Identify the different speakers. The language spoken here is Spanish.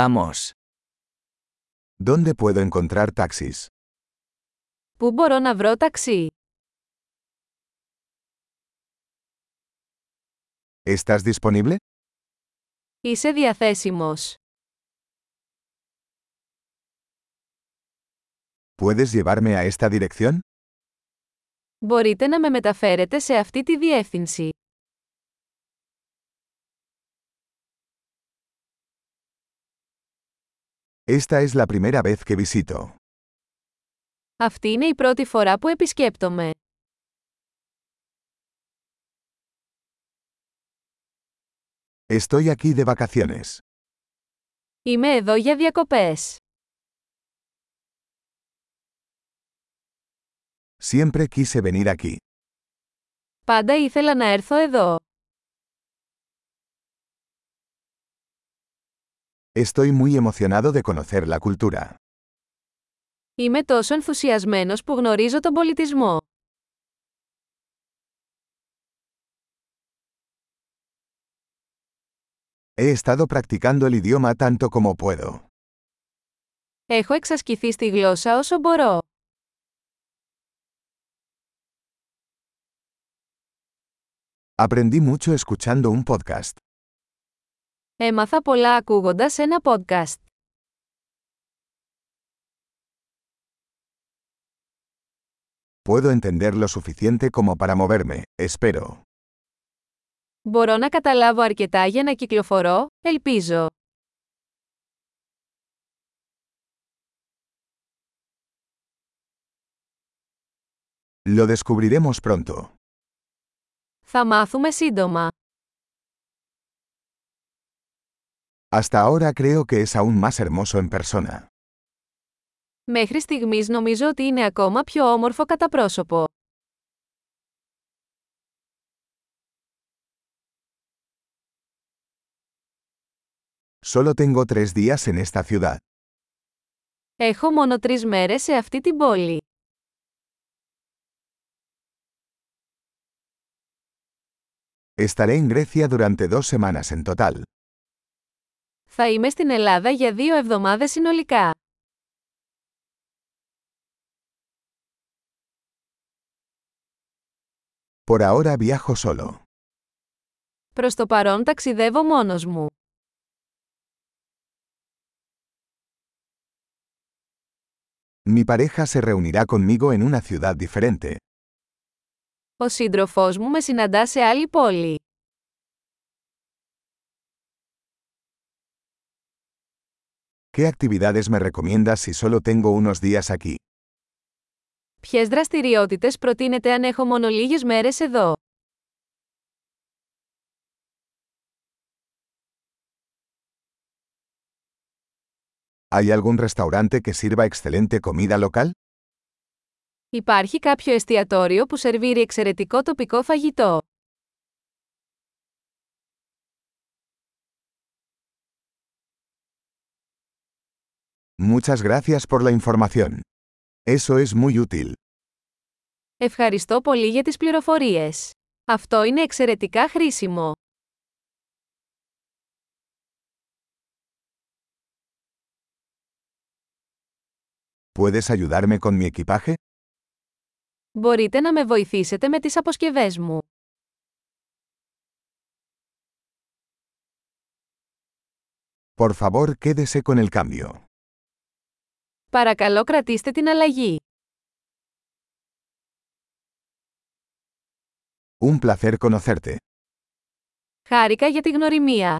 Speaker 1: Vamos.
Speaker 2: ¿Dónde puedo encontrar taxis?
Speaker 3: Πού μπορώ να βρω ταξί?
Speaker 2: ¿Estás disponible?
Speaker 3: Είσαι διαθέσιμος.
Speaker 2: ¿Puedes llevarme a esta dirección?
Speaker 3: Μπορείτε να με μεταφέρετε σε αυτή τη διεύθυνση.
Speaker 2: Esta es la primera vez que visito.
Speaker 3: Αυτή είναι η πρώτη φορά που επισκέπτομαι.
Speaker 2: Estoy aquí de vacaciones.
Speaker 3: Είμαι εδώ για διακοπές.
Speaker 2: Siempre quise venir aquí.
Speaker 3: Πάντα ήθελα να έρθω εδώ.
Speaker 2: Estoy muy emocionado de conocer la cultura.
Speaker 3: Είμαι τόσο ενθουσιασμένος που γνωρίζω τον πολιτισμό.
Speaker 2: He estado practicando el idioma tanto como puedo.
Speaker 3: Έχω εξασκηθεί στη γλώσσα όσο μπορώ.
Speaker 2: Aprendí mucho escuchando un podcast.
Speaker 3: Έμαθα πολλά ακούγοντας ένα podcast.
Speaker 2: Puedo entender lo suficiente como para moverme, espero.
Speaker 3: Μπορώ να καταλάβω αρκετά για να κυκλοφορώ, ελπίζω.
Speaker 2: Lo descubriremos pronto.
Speaker 3: Θα μάθουμε σύντομα.
Speaker 2: Hasta ahora creo que es aún más hermoso en persona.
Speaker 3: Μέχρι στιγμής νομίζω ότι είναι ακόμα πιο όμορφο κατά πρόσωπο.
Speaker 2: Solo tengo tres días en esta ciudad.
Speaker 3: Έχω μόνο τρεις μέρες σε αυτή την πόλη.
Speaker 2: Estaré en Grecia durante dos semanas en total.
Speaker 3: Θα είμαι στην Ελλάδα για δύο εβδομάδες συνολικά.
Speaker 2: Por ahora viajo solo.
Speaker 3: Προς το παρόν ταξιδεύω μόνος μου.
Speaker 2: Mi pareja se reunirá conmigo en una ciudad diferente.
Speaker 3: Ο σύντροφός μου με συναντά σε άλλη πόλη.
Speaker 2: ¿Qué actividades me recomiendas si solo tengo unos días aquí?
Speaker 3: Ποιες δραστηριότητες προτείνετε αν έχω μόνο λίγες μέρες εδώ.
Speaker 2: ¿Hay algún restaurante que sirva excelente comida local?
Speaker 3: Υπάρχει κάποιο εστιατόριο που σερβίρει εξαιρετικό τοπικό φαγητό.
Speaker 2: Muchas gracias por la información. Eso es muy útil.
Speaker 3: Ευχαριστώ πολύ για τις πληροφορίες. Αυτό είναι εξαιρετικά χρήσιμο.
Speaker 2: ¿Puedes ayudarme con mi equipaje?
Speaker 3: Μπορείτε να με βοηθήσετε με τις αποσκευές μου.
Speaker 2: Por favor, quédese con el cambio.
Speaker 3: Παρακαλώ κρατήστε την αλλαγή.
Speaker 2: Un placer conocerte.
Speaker 3: Χάρηκα για τη γνωριμία.